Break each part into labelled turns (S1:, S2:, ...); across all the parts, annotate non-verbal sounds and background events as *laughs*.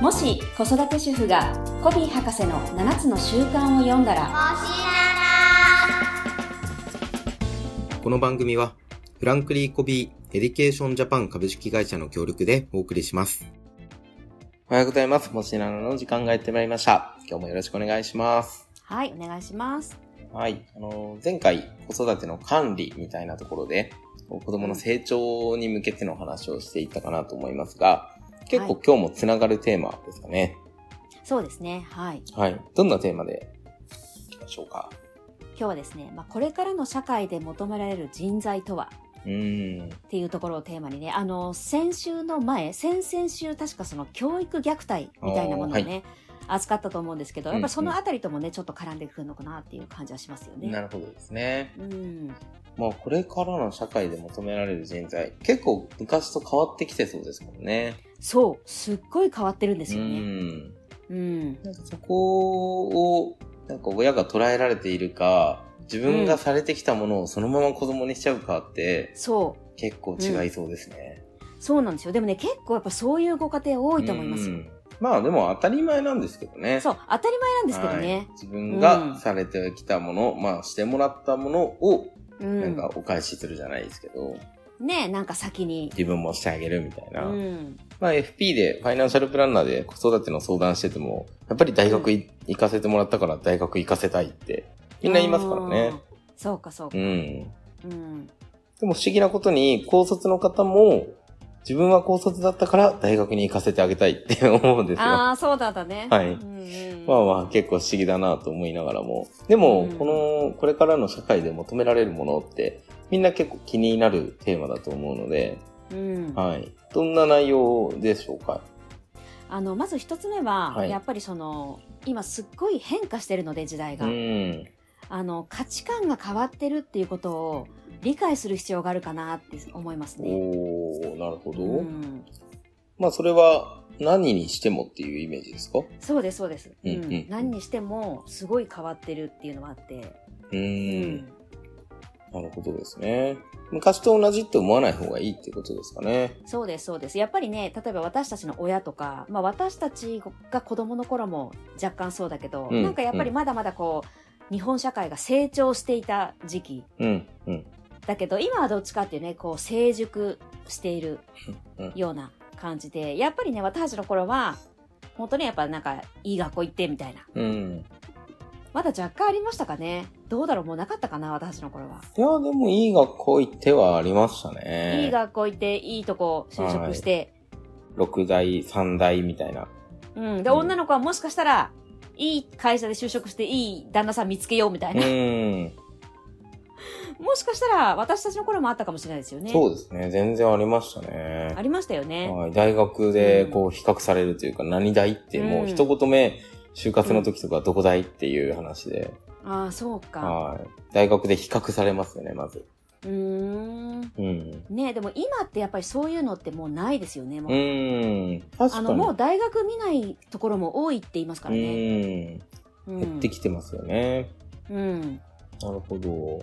S1: もし子育て主婦がコビー博士の7つの習慣を読んだら
S2: この番組は、フランクリー・コビー・エディケーション・ジャパン株式会社の協力でお送りします。おはようございます。もしなのの時間がやってまいりました。今日もよろしくお願いします。
S1: はいお願いします
S2: はい。あの、前回、子育ての管理みたいなところで、こう子供の成長に向けての話をしていったかなと思いますが、結構
S1: は
S2: 今日もつながるテーマですかね。
S1: そうですねはい
S2: はい。どんなテーマでいきましょうか。
S1: 今日はですね、まあ、これからの社会で求められる人材とは
S2: うーん。
S1: っていうところをテーマにねあの先週の前先々週確かその教育虐待みたいなものをね、
S2: おー
S1: 扱ったと思うんですけどやっぱりそ
S2: うん
S1: の
S2: う
S1: あたりともねちょっと絡んでくるのかなっていう感じはしますよね。
S2: なるほどですね。
S1: うん、
S2: まあこれからの社会で求められる人材、結構昔と変わってきてそうですもんね。
S1: そうすっごい変わってるんです
S2: う
S1: よね。
S2: ん。
S1: うん、
S2: なんかそこを、なんか親が捉えられているか、自分がされてきたものをそのまま子供にしちゃうかって、
S1: そう
S2: 結構違いそうですね。
S1: そうなんですよでもね結構やっぱそういうご家庭多いと思います
S2: う
S1: よ。
S2: んまあでも当たり前なんですけどね。
S1: そうう当たり前なんですけどね。
S2: 自分がされてきたもの、まあしてもらったものを、
S1: う
S2: なん
S1: ん
S2: かお返しするじゃないですけど、
S1: ねなんか先に。
S2: 自分もしてあげるみたいうな。
S1: ん、
S2: まあ、FP で、ファイナンシャルプランナーで子育ての相談してても、やっぱり大学い行かせてもらったから大学行かせたいって、みんな言いますから
S1: あ
S2: ね
S1: ー。。そうかそう
S2: う
S1: か。
S2: ん。
S1: うん
S2: でも不思議なことに、高卒の方も、自分は高卒だったから大学に行かせてあげたいって *laughs* 思うんですよ。
S1: ああそうだったね。
S2: は
S1: う
S2: い
S1: んうん
S2: まあまあ結構不思議だなと思いながらも。でも、
S1: うん
S2: この、これからの社会で求められるものって、みんな結構気になるテーマだと思うので、
S1: うん
S2: はい。どんな内容でしょうか
S1: あのまず一つ目は、
S2: はい
S1: やっぱりその今すっごい変化してるので時代
S2: う
S1: が、
S2: ん。
S1: あの価値観が変わってるっていうことを理解する必要があるかなって思いますね。
S2: おー、なるほど。
S1: うん、
S2: まあそれは何にしてもっていうイメージですかう
S1: そうですそうです、うん
S2: うんうん
S1: 何にしてもすごい変わってるっていうのはあって、う
S2: ーん。なるほどですね。昔と同じって思わない方がいいってことですかね。
S1: そうですそうですやっぱりね例えば私たちの親とか、まあ、私たちが子どもの頃も若干そうだけど、
S2: うん
S1: なんかやっぱりまだまだこう日本社会が成長していた時期
S2: うん、うん。
S1: だけど今はどっちかっていうねこう成熟している
S2: うん
S1: ような感じでやっぱりね私たちの頃は本当にやっぱなんかいい学校行ってみたいな
S2: うん。
S1: まだ若干ありましたかねどうだろうもうなかったかな私たちの頃は、
S2: いや、でもいい学校行ってはありました
S1: いい
S2: ね。
S1: 学校行っていいとこ就職して、
S2: 六大、三大みたいな。
S1: うんで
S2: うん
S1: 女の子はもしかしたらいい会社で就職していい旦那さん見つけようみたいうな、
S2: ん。
S1: *laughs* もしかしたら私たちの頃もあったかもしれないですよね
S2: そうですね。全然ありましたね
S1: あ。りましたよね、
S2: はい、大学で
S1: うん
S2: こう比較されるというか、何大ってもううん一言目、就活の時とかどこ大っていう話で、
S1: ああそうか
S2: はい。大学で比較されますよね、まず。
S1: うーん
S2: うん。
S1: ねでも今ってやっぱりそういうのってもうないですよねも
S2: う
S1: う、
S2: ーん。確か
S1: あ
S2: に。
S1: のもう大学見ないところも多いって言いますから
S2: う
S1: ね、
S2: ーん。
S1: うん、
S2: 減ってきてますよね。
S1: うん
S2: なるほど。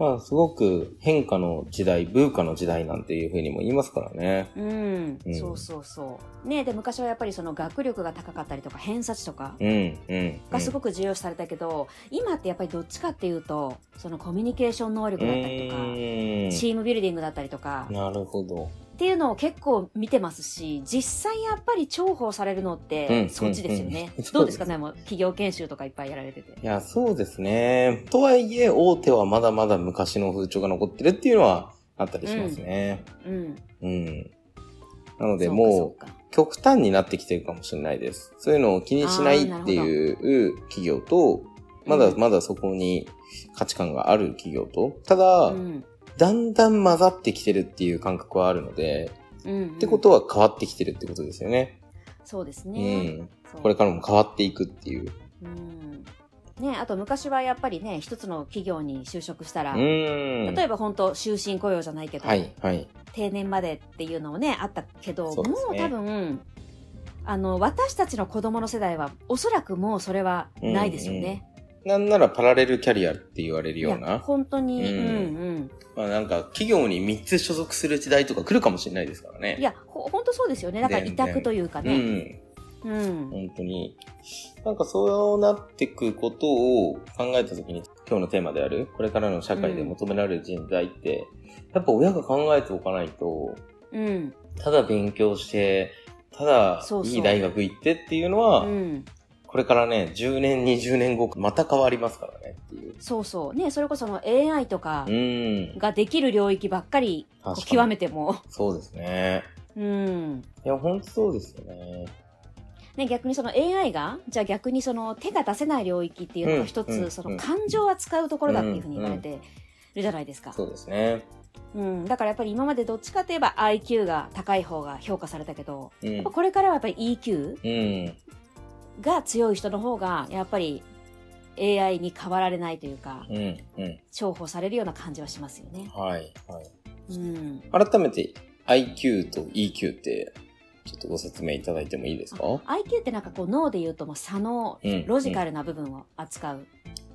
S2: まあ、すごく変化の時代、文化の時代なんていうふうにも言いますからね。
S1: うん、
S2: うん
S1: そうそうそうねで昔はやっぱりその学力が高かったりとか偏差値とか
S2: うん、うん。
S1: がす
S2: く
S1: ごく重要視されたけど、今ってやっぱりどっちかっていうとそのコミュニケーション能力だったりとか、チームビルディングだったりとか、
S2: なるほど。
S1: っていうのを結構見てますし実際やっぱり重宝されるのっ
S2: う
S1: て
S2: ん
S1: そっちですよね、
S2: うん
S1: どうですかねもう企業研修とかいっぱいやられてて
S2: いや、そうですね。とはいえ、大手はまだまだ昔の風潮が残ってるっていうのはあったりしますね。
S1: うん
S2: うん。なので、
S1: そうか
S2: もう、
S1: そうか
S2: 極端になってきてるかもしれないです。そういうのを気にしないっていう企業と、まだまだそこに価値観がある企業と、ただ、
S1: うん
S2: だんだん混ざってきてるっていう感覚はあるので、
S1: うんうん
S2: ってことは変わってきてるってことですよね。
S1: そうです
S2: う
S1: ね、
S2: ん。
S1: そう
S2: これからも変わっていくっていう。
S1: うんね、あと昔はやっぱりね一つの企業に就職したら、
S2: うん。
S1: 例えば本当終身雇用じゃないけど、
S2: はい、はい。
S1: 定年までっていうのもねあったけど
S2: そうで
S1: も
S2: す
S1: う
S2: ね
S1: 多分あの私たちの子供の世代はおそらくもうそれはないですよね。
S2: なんならパラレルキャリアって言われる
S1: い
S2: よう
S1: や
S2: な。
S1: 本当に、
S2: う
S1: うんんうん
S2: まあなんか、企業に3つ所属する時代とか来るかもしれないですからね。
S1: いやほ本当そうですよねだから
S2: 全
S1: 委
S2: 然
S1: 託というか
S2: う
S1: ね、
S2: ん。
S1: うん。
S2: 本当に。なんかそうなってくことを考えたときに、今日のテーマである、これからの社会で求められる人材って、やっぱ親が考えておかないと、
S1: うん。
S2: ただ勉強して、ただ
S1: そうそう
S2: いい大学行ってっていうのは、
S1: うん。
S2: これからね、10年、20年後、また変わりますからねっていう。
S1: そうそう。ね、それこその AI とか
S2: うん。
S1: ができる領域ばっかりこう
S2: 確かに
S1: 極めても。
S2: そうですね。
S1: うん。
S2: いや、本当そうですよね。
S1: ね、逆にその AI が、じゃあ逆にその手が出せない領域っていうの
S2: う
S1: が
S2: ん
S1: 一
S2: う
S1: つ、
S2: ん
S1: その感情は使うところだっていうふうに言われてるじゃないですか。
S2: そうですね。
S1: うん。だからやっぱり今までどっちかといえば IQ が高い方が評価されたけど、
S2: う
S1: や
S2: ん
S1: っぱ。これからはやっぱり EQ
S2: うん。
S1: が強い人の方が、やっぱり AI に変わられないというか、
S2: うん。うん。
S1: 重宝されるような感じはしますよね。
S2: はい。は
S1: う
S2: い。
S1: ん。
S2: 改めて IQ と EQ って、ちょっとご説明いただいてもいいですか
S1: IQ ってなんかこう脳で言うともう左脳、
S2: うん
S1: ロジカルな部分を扱う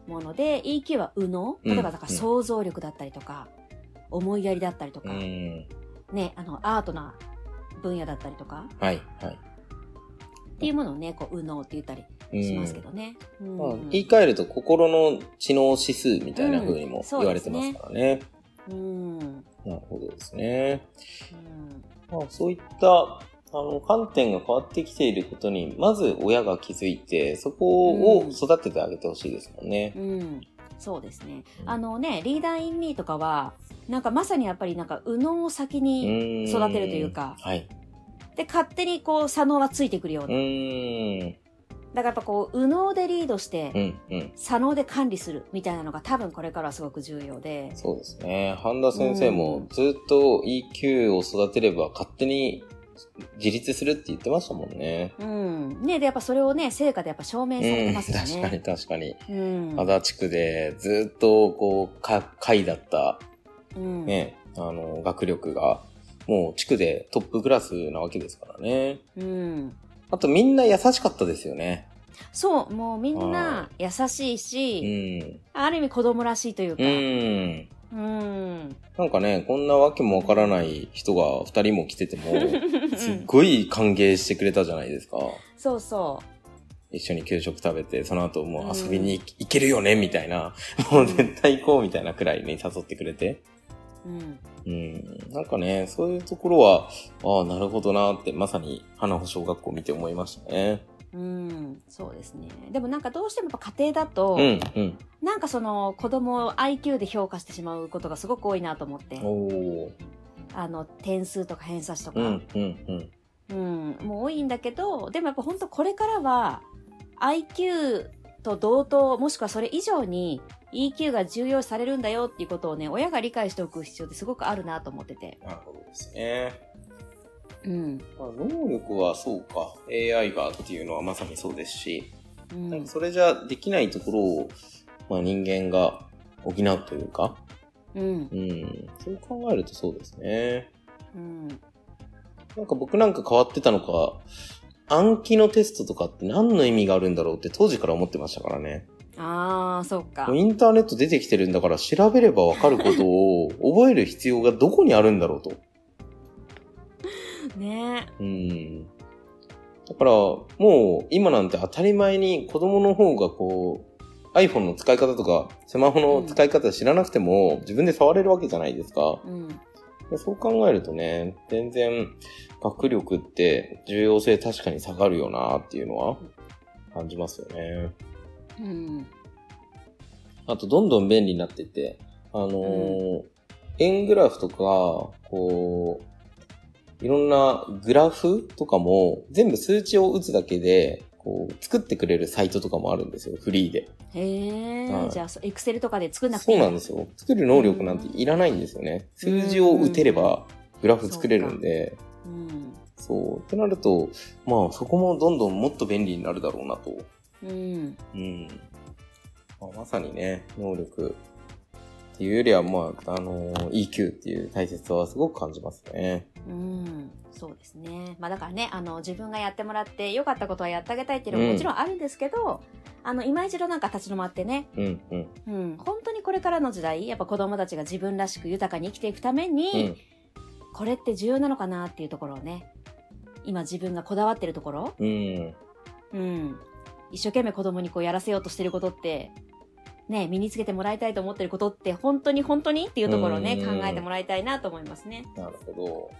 S1: もので、EQ は右脳
S2: うん
S1: 例えばだから想像力だったりとか、思いやりだったりと
S2: う
S1: か、
S2: ん。
S1: ね、あの、アートな分野だったりとか、
S2: はい。はい。
S1: っていうものをね、こう、右脳って言ったり
S2: うん
S1: しますけどね。うん
S2: まあ、言い換えると心の知能指数みたいな風に
S1: う
S2: も
S1: んそ
S2: 言
S1: う
S2: われ
S1: で
S2: て
S1: す
S2: ます
S1: ね
S2: からね。
S1: うん。うん。
S2: なるほどですね。まあ、そういったあの観点が変わってきていることに、まず親が気づいて、そこを
S1: うん
S2: 育ててあげてほしいですもんね
S1: う。ん。そうですね。
S2: うん
S1: あのね、リーダーインミーとかは、なんかまさにやっぱりなんか右脳を先に、
S2: うん
S1: 育てるというか
S2: はい。
S1: で、勝手にこう、左脳はついてくるよう
S2: う
S1: な。
S2: ーん。
S1: だからやっぱこう、右脳でリードして、
S2: うん、うん。
S1: 左脳で管理するみたいなのが多分これからはすごく重要で。
S2: そうですね。半田先生
S1: う
S2: も
S1: ん
S2: ずっと EQ を育てれば勝手に自立するって言ってましたもんね。
S1: うん。ねで、やっぱそれをね、成果でやっぱ証明され
S2: う
S1: て
S2: ん、
S1: ます
S2: 確
S1: よ
S2: かに
S1: ね。
S2: 確かに。
S1: うん。
S2: 足立区でずっとこう、か、会だった
S1: うん。
S2: ね、あの、学力が、もう地区でトップクラスなわけですからね。
S1: うん。
S2: あとみんな優しかったですよね。
S1: そう、もうみん
S2: は
S1: な優しいうし、
S2: ん。
S1: ある意味子供らしいというか
S2: う。ん。
S1: うん。
S2: なんかね、こんなわけもわからない人が二人も
S1: *laughs*
S2: 来てても、すっごい歓迎してくれたじゃないですか。
S1: そうそ
S2: 一緒に給食食べて、その後もう遊びに行けるよね、みたいな。もう絶対行こう、みたいなくらいに誘ってくれて。
S1: う。うん。
S2: うん。なんかね、そういうところは、ああ、なるほどなって、まさに花穂小学校見て思いましたね。
S1: うん、そうですね。でもなんかどうしてもやっぱ家庭だと、
S2: うん、うん。
S1: なんかその子供を IQ で評価してしまうことがすごく多いなと思って、
S2: おー。
S1: あの、点数とか偏差値と
S2: う
S1: か、
S2: ん、うん、うん。
S1: うん、もう多いんだけど、でもやっぱ本当これからは IQ と同等、もしくはそれ以上に EQ が重要視されるんだよっていうことをね、親が理解しておく必要ってすごくあるなと思ってて。
S2: なるほどですね。
S1: うん。
S2: まあ、能力はそうか。AI がっていうのはまさにそうですし、
S1: う
S2: な
S1: ん
S2: んか。それじゃできないところを、まあ、人間が補うというか、
S1: うん。
S2: うん、そう考えるとそうですね。
S1: うん。
S2: なんか僕なんか変わってたのか、暗記のテストとかって何の意味があるんだろうって当時から思ってましたからね。
S1: ああ、そっか
S2: もう。インターネット出てきてるんだから調べればわかることを覚える必要がどこにあるんだろうと。
S1: ね
S2: うん。だからもう今なんて当たり前に子供の方がこう、iPhone の使い方とか、スマホの使い方知らなくても自分で触れるわけじゃないですか。
S1: うん。
S2: でそう考えるとね、全然学力って重要性確かに下がるよなっていうのは感じますよね。
S1: うん。
S2: あと、どんどん便利になってて、あのー円グラフとか、こう、いろんなグラフとかも全部数値を打つだけで、こう、作ってくれるサイトとかもあるんですよ、フリーで。
S1: へえ、
S2: はい
S1: じゃあ、エクセルとかで作んなくて
S2: そ
S1: いうい
S2: なんですよ。作る能力なんていらないんですよね。数字を打てれば、グラフ作れるんで。
S1: うん。
S2: そう。ってなると、まあそこもどんどんもっと便利になるだろうなと。
S1: うん。
S2: うん。まあ、まさにね、能力っていうよりは、まあ、あのー EQ っていう大切さはすごく感じますね。
S1: うん。そうですね。まあだからね、あの、自分がやってもらって、良かったことはやってあげたいっていうの
S2: うん
S1: はもちろんあるんですけど、あの、今一度なんか立ち止まってね、
S2: うん、うん。
S1: うん。本当にこれからの時代、やっぱ子供たちが自分らしく豊かに生きていくため
S2: う
S1: に、
S2: ん。
S1: これって重要なのかなっていうところをね、今自分がこだわってるところ、
S2: うん。
S1: うん、一生懸命子供にこうやらせようとしてることって、ね、身につけてもらいたいと思ってることって、本当に本当にっていうところをね、
S2: うん
S1: 考えてもらいたいなと思いますね。
S2: なるほ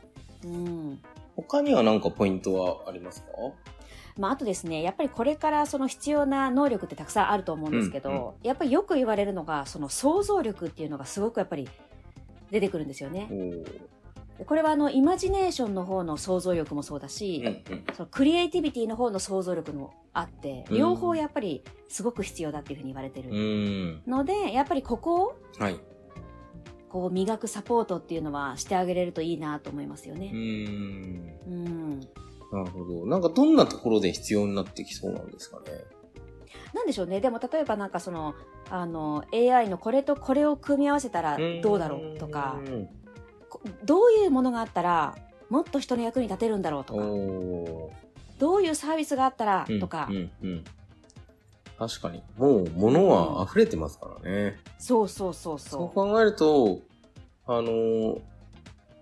S2: ど。
S1: うん。
S2: 他には何かポイントはありますか
S1: まあ、あとですね、やっぱりこれからその必要な能力ってたくさんあると思うんですけど、
S2: うん
S1: やっぱりよく言われるのが、その想像力っていうのがすごくやっぱり出てくるんですよね
S2: お。ー
S1: これはあの、イマジネーションの方の想像力もそうだし、
S2: うんうん。
S1: そのクリエイティビティの方の想像力もあって、
S2: うん
S1: 両方やっぱりすごく必要だっていうふうに言われて
S2: う
S1: る。
S2: ん。
S1: ので、やっぱりここを
S2: はい。
S1: こう磨くサポートっていうのはしてあげれるといいなと思いますよ
S2: う
S1: ね。
S2: ん。
S1: うん。
S2: なるほど。なんかどんなところで必要になってきそうなんですかね。
S1: なんでしょうね。でも例えばなんかその、あの、AI のこれとこれを組み合わせたらどうだろうとか、こどういうものがあったらもっと人の役に立てるんだろうと
S2: お
S1: か、
S2: お
S1: どういうサービスがあったら
S2: ー。
S1: とか
S2: う、んうんうん確かに。もう物は溢れてますからね。
S1: そうそうそう
S2: そう
S1: そ
S2: 考えると、あのー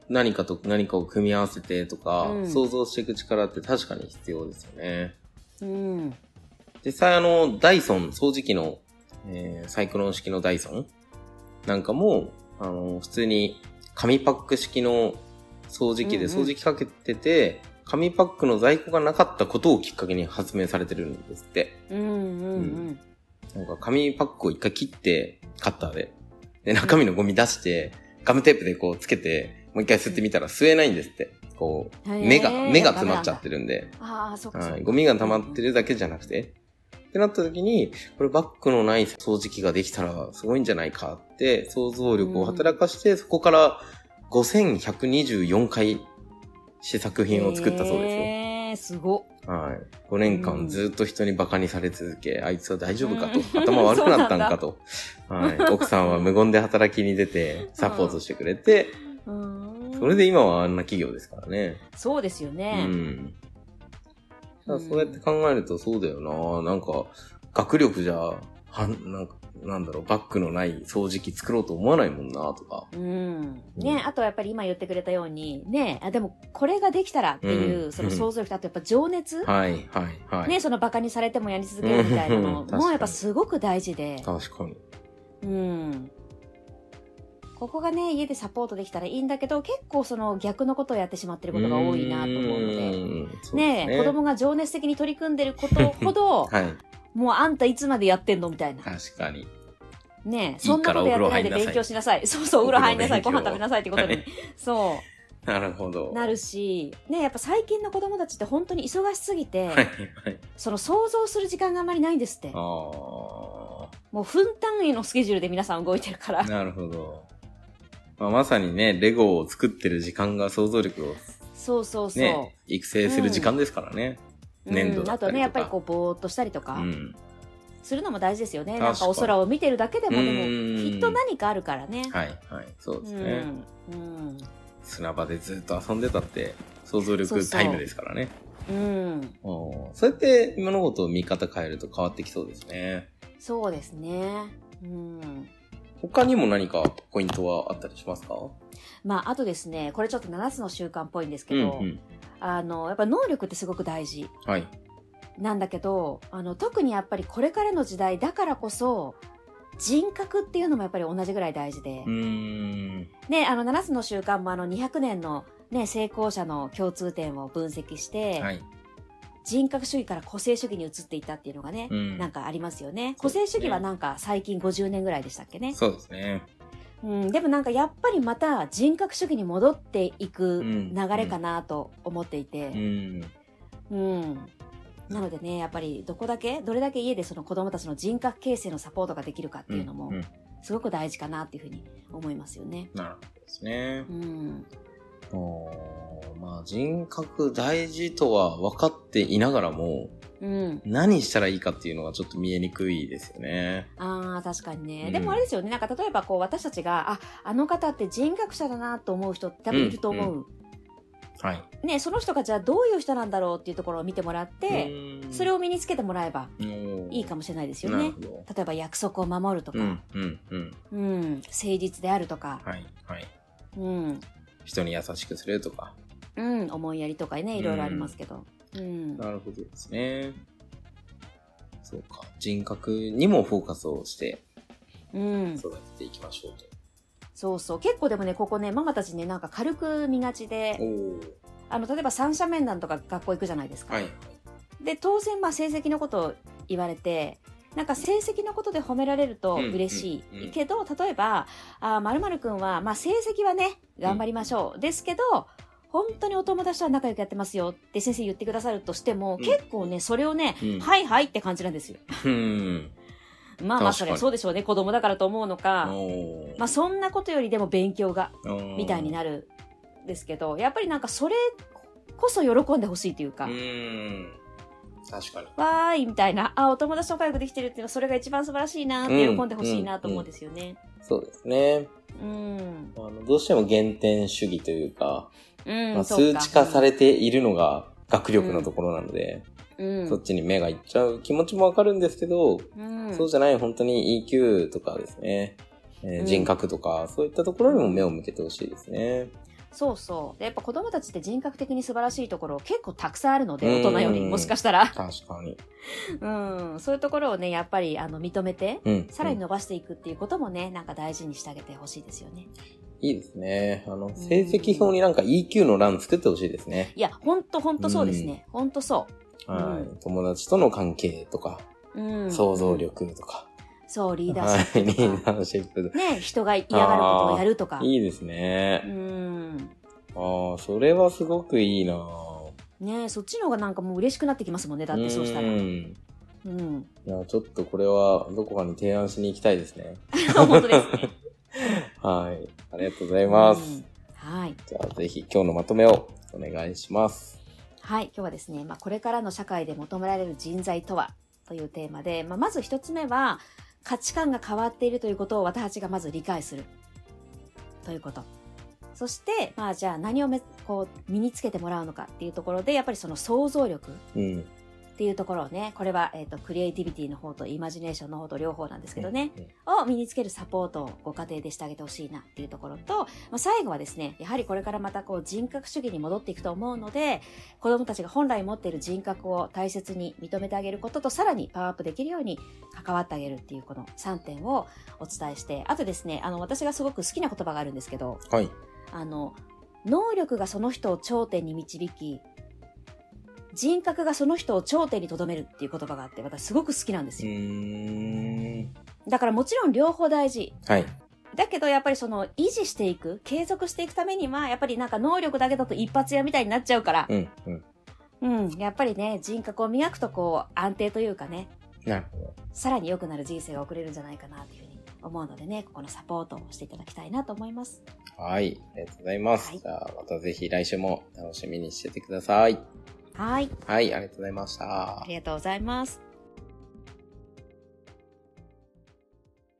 S2: 何かと何かを組み合わせてとか、
S1: うん
S2: 想像していく力って確かに必要ですよね。
S1: う。うん。
S2: 実際あの、ダイソン、掃除機の、えーサイクロン式のダイソンなんかも、あの、普通に紙パック式の掃除機で
S1: うんうん
S2: 掃除機かけてて、紙パックの在庫がなかったことをきっかけに発明されてるんですって。
S1: うんうん
S2: なんか紙パックを一回切って、カッターで。で、中身のゴミ出して、ガムテープでこうつけて、もう一回吸ってみたら吸えないんですって。こう、
S1: うん。
S2: 目が、
S1: へー
S2: 目が詰まっちゃってるんで。
S1: ああ、そっかそっか。
S2: はい、ゴミが溜まってるだけじゃなくて、ってなった時に、これバッグのない掃除機ができたらすごいんじゃないかって想像力を働かして、そこから5124回試作品を作ったそうですよ。
S1: へーすごっ。
S2: はい。5年
S1: うん
S2: 間ずっと人にバカにされ続け、あいつは大丈夫かと
S1: う、ん
S2: 頭悪くなったんか
S1: *laughs*
S2: と、はい。奥さんは無言で働きに出て、サポートしてくれて、
S1: うーん
S2: それで今はあんな企業ですからね。
S1: そうですよ
S2: う
S1: ね。
S2: ん。だからそうやって考えるとそうだよな。なんか、学力じゃ、はん、なんか、なんだろう、バッグのない掃除機作ろうと思わないもんな、とか。
S1: うん。
S2: うん
S1: ね、あとはやっぱり今言ってくれたように、ね、あ、でもこれができたらっていう、
S2: うん
S1: その想像力とあとやっぱ情熱、
S2: はい、はい、はい。
S1: ね、そのバカにされてもやり続けるみたいなの
S2: うん
S1: もやっぱすごく大事で、
S2: 確かに。
S1: うん。ここがね、家でサポートできたらいいんだけど、結構その逆のことをやってしまってることが多いなと思うの
S2: ー
S1: で、
S2: んそうです
S1: ね子供が情熱的に取り組んでることほ
S2: *laughs*
S1: ど、
S2: はい、
S1: もうあんたいつまでやってんのみたいな。
S2: 確かに。
S1: ねえ、
S2: いい
S1: そんなことやってないで
S2: からお風呂入りなさい
S1: 勉強しなさい。そうそう、お風呂入りなさい、
S2: お風
S1: ご飯
S2: 呂勉強
S1: 食べなさいってこと
S2: は
S1: に
S2: い、
S1: そ
S2: なるほど。
S1: う、なるし、ねえ、やっぱ最近の子供たちって本当に忙しすぎて、
S2: はい、はい。
S1: その想像する時間があんまりないんですって。
S2: あ
S1: もう分単位のスケジュールで皆さん動いてるから
S2: あ、。なるほど。まあ、まさにね、レゴを作ってる時間が想像力を
S1: そうそうそう。
S2: ね、育成する時間ですからね。
S1: うん
S2: 粘土だ
S1: あ
S2: ったりとか
S1: とね、やっぱりこう、ぼーっとしたりと
S2: う
S1: か、
S2: ん。
S1: するのも大事ですよね。
S2: 確かに
S1: なんかお空を見てるだけでも、でも、
S2: うん
S1: きっと何かあるからね。
S2: はい、はい。そう
S1: う
S2: です
S1: ん。
S2: ね。
S1: うん。
S2: 砂場でずっと遊んでたって想像
S1: そう
S2: 力
S1: そう
S2: タイムですからね。
S1: うん。
S2: うんそうやって物事を見方変えると変わってきそうですね。
S1: そうですね。うん。
S2: 他にも何かポイントはあったりしますか
S1: まあ、あとですね、これちょっと7つの習慣っぽいんです
S2: う
S1: け
S2: んう
S1: ど、
S2: ん。
S1: あの、やっぱ能力ってすごく大事
S2: はい。
S1: なんだけど、あの、特にやっぱりこれからの時代だからこそ、人格っていうのもやっぱり同じぐらい大事で
S2: うー、ん。
S1: ね、あの、7つの習慣もあの、200年のね、成功者の共通点を分析して、
S2: はい。
S1: 人格主義から個性主義に移っていったっていうのがね、
S2: うん
S1: なんかありますよね。
S2: そ
S1: 個
S2: うですね
S1: 性主義はなんか最近50年ぐらいでしたっけね。
S2: そうですね。
S1: うん、でもなんかやっぱりまた人格主義に戻っていく流れかなと思っていて、
S2: うん。
S1: うん。なのでね、やっぱりどこだけ、どれだけ家でその子供たちの人格形成のサポートができるかっていうのも
S2: ん、ん
S1: すごく大事かなっていうふうに思いますよね。
S2: なるほどですね
S1: う。ん。
S2: おーまあ人格大事とは分かっていながらも、
S1: うん。
S2: 何したらいいかっていうのがちょっと見えにくいですよね。
S1: ああ、確かにね。
S2: うん
S1: でもあれですよね。なんか例えばこう私たちが、あ、あの方って人格者だなと思う人って多分いると思う。
S2: はい。
S1: ね、その人がじゃあどういう人なんだろうっていうところを見てもらって、それ
S2: を
S1: を身につけてもらえばいいか
S2: も
S1: もしれないですよ
S2: なる
S1: ね
S2: ほ。ど。
S1: 例えば約束を守るとか、
S2: う
S1: うん
S2: ん、、うん、うん。
S1: 誠実であるとか、
S2: はい、はい。
S1: うん、
S2: 人に優しくするとか。
S1: うん、思いやりとかね、いろいろありますけど。うん。
S2: なるほどですね。そうか。人格にもフォーカスをして
S1: うん。
S2: 育てていきましょうと。
S1: そうそう。結構でもね、ここね、ママたちね、なんか軽く見がちで、
S2: おお。
S1: あの、例えば三者面談とか学校行くじゃないですか。
S2: はい。
S1: で、当然、まあ、成績のことを言われて、なんか成績のことで褒められると
S2: うん
S1: 嬉し
S2: うんうん
S1: い。けど、例えば、あまるくんは、まあ、成績はね、頑張りましょう。ですけど、本当にお友達とは仲良くやってますよって先生言ってくださるとしても、
S2: ん
S1: 結構ね、それをね、
S2: うん
S1: はいはいって感じなんですよ。
S2: うん。
S1: まあまあ、
S2: 確かに
S1: それはそうでしょうね。子供だからと思うのか。まあそんなことよりでも勉強が、みたいに
S2: な
S1: なるんですけど、やっぱりなんかそれこそ喜んでほしいというか、
S2: うん。確かに。
S1: わーいみたいな、あ、お友達と仲良くできてるっていうのはそれが一番素晴らしいなって喜んでほしいなと思うんですよね。
S2: そうですね。
S1: うん。
S2: あのどうしても減点主義というか、
S1: うん。
S2: まあ、
S1: そう
S2: 数
S1: か
S2: 値化されているのが学力のところなので、
S1: うん。
S2: そっちに目がいっちゃう気持ちもわかるんですけど、
S1: うん
S2: そうじゃない本当に EQ とかですね、えー
S1: うん
S2: 人格とか、そういったところにも目を向けてほしいですね。
S1: そうそう。でやっぱ子供たちって人格的に素晴らしいところ結構たくさんあるので、
S2: うん
S1: 大人よりもしかしたら。
S2: 確かに。
S1: うん。そういうところをね、やっぱりあの認めて、
S2: うん。
S1: さらに
S2: うん
S1: 伸ばしていくっていうこともね、なんか大事にしてあげてほしいですよね。
S2: いいですね。あの、成績表になんか EQ の欄作ってほしいですね。
S1: いや、ほんとほんとそうですね。ほんとそん
S2: はい。友達との関係とか、
S1: う。うん。
S2: 想像。力とか、
S1: そう、リーダ
S2: は
S1: ーシ、ッ
S2: いリ
S1: プと
S2: ー
S1: か。
S2: ダーシップ。
S1: ね、人が嫌がることをやるとか。
S2: いいです
S1: う
S2: ね。
S1: ん。
S2: ああ、それはすごくいいな
S1: ねそっちの方がなんかもう嬉しくなってきますもんね。だってそうしたら。う
S2: *laughs*
S1: ん。
S2: んいや、ちょっとこれはどこかに提案しに行きたいで
S1: *laughs*
S2: すね。
S1: 本当ですね。
S2: はい。ありがとうございます。
S1: うんはい。
S2: じゃあ、ぜひ今日のまとめをお願いします。
S1: はい。今日はですね、まあ、これからの社会で求められる人材とはというテーマで、まあ、まず一つ目は、価値観が変わっているということを私たちがまず理解する。ということ。そして、まあ、じゃあ何をめこう身につけてもらうのかっていうところで、やっぱりその想像力。
S2: うん。
S1: っていうところをね、これは、えっ、と、クリエイティビティの方とイマジネーションの方と両方なんですけどね、を身につけるサポートをご家庭でしてあげてほしいなっていうところと、まあ、最後はですね、やはりこれからまたこう人格主義に戻っていくと思うので、子供たちが本来持っている人格を大切に認めてあげることと、さらにパワーアップできるように関わってあげるっていうこの3点をお伝えして、あとですね、あの、私がすごく好きな言葉があるんですけど、
S2: はい。
S1: あの、能力がその人を頂点に導き、人格がその人を頂点に留めるっていう言葉があって、私すごく好きなんで
S2: う
S1: すよ。
S2: ーん。
S1: だからもちろん両方大事。
S2: はい。
S1: だけどやっぱりその維持していく、継続していくためには、やっぱりなんか能力だけだと一発屋みたいになっちゃうから、
S2: うん。うん。
S1: うん、やっぱりね、人格を磨くとこう安定というかね、
S2: なるほど。
S1: さらに良くなる人生が送れるんじゃないかなというふうに思うのでね、ここのサポートをしていただきたいなと思います。
S2: はい。ありがとうございます。
S1: はい
S2: じゃあ、またぜひ来週も楽しみにしててください。
S1: はい、
S2: はい。ありがとうございました
S1: あ。りがとうございます。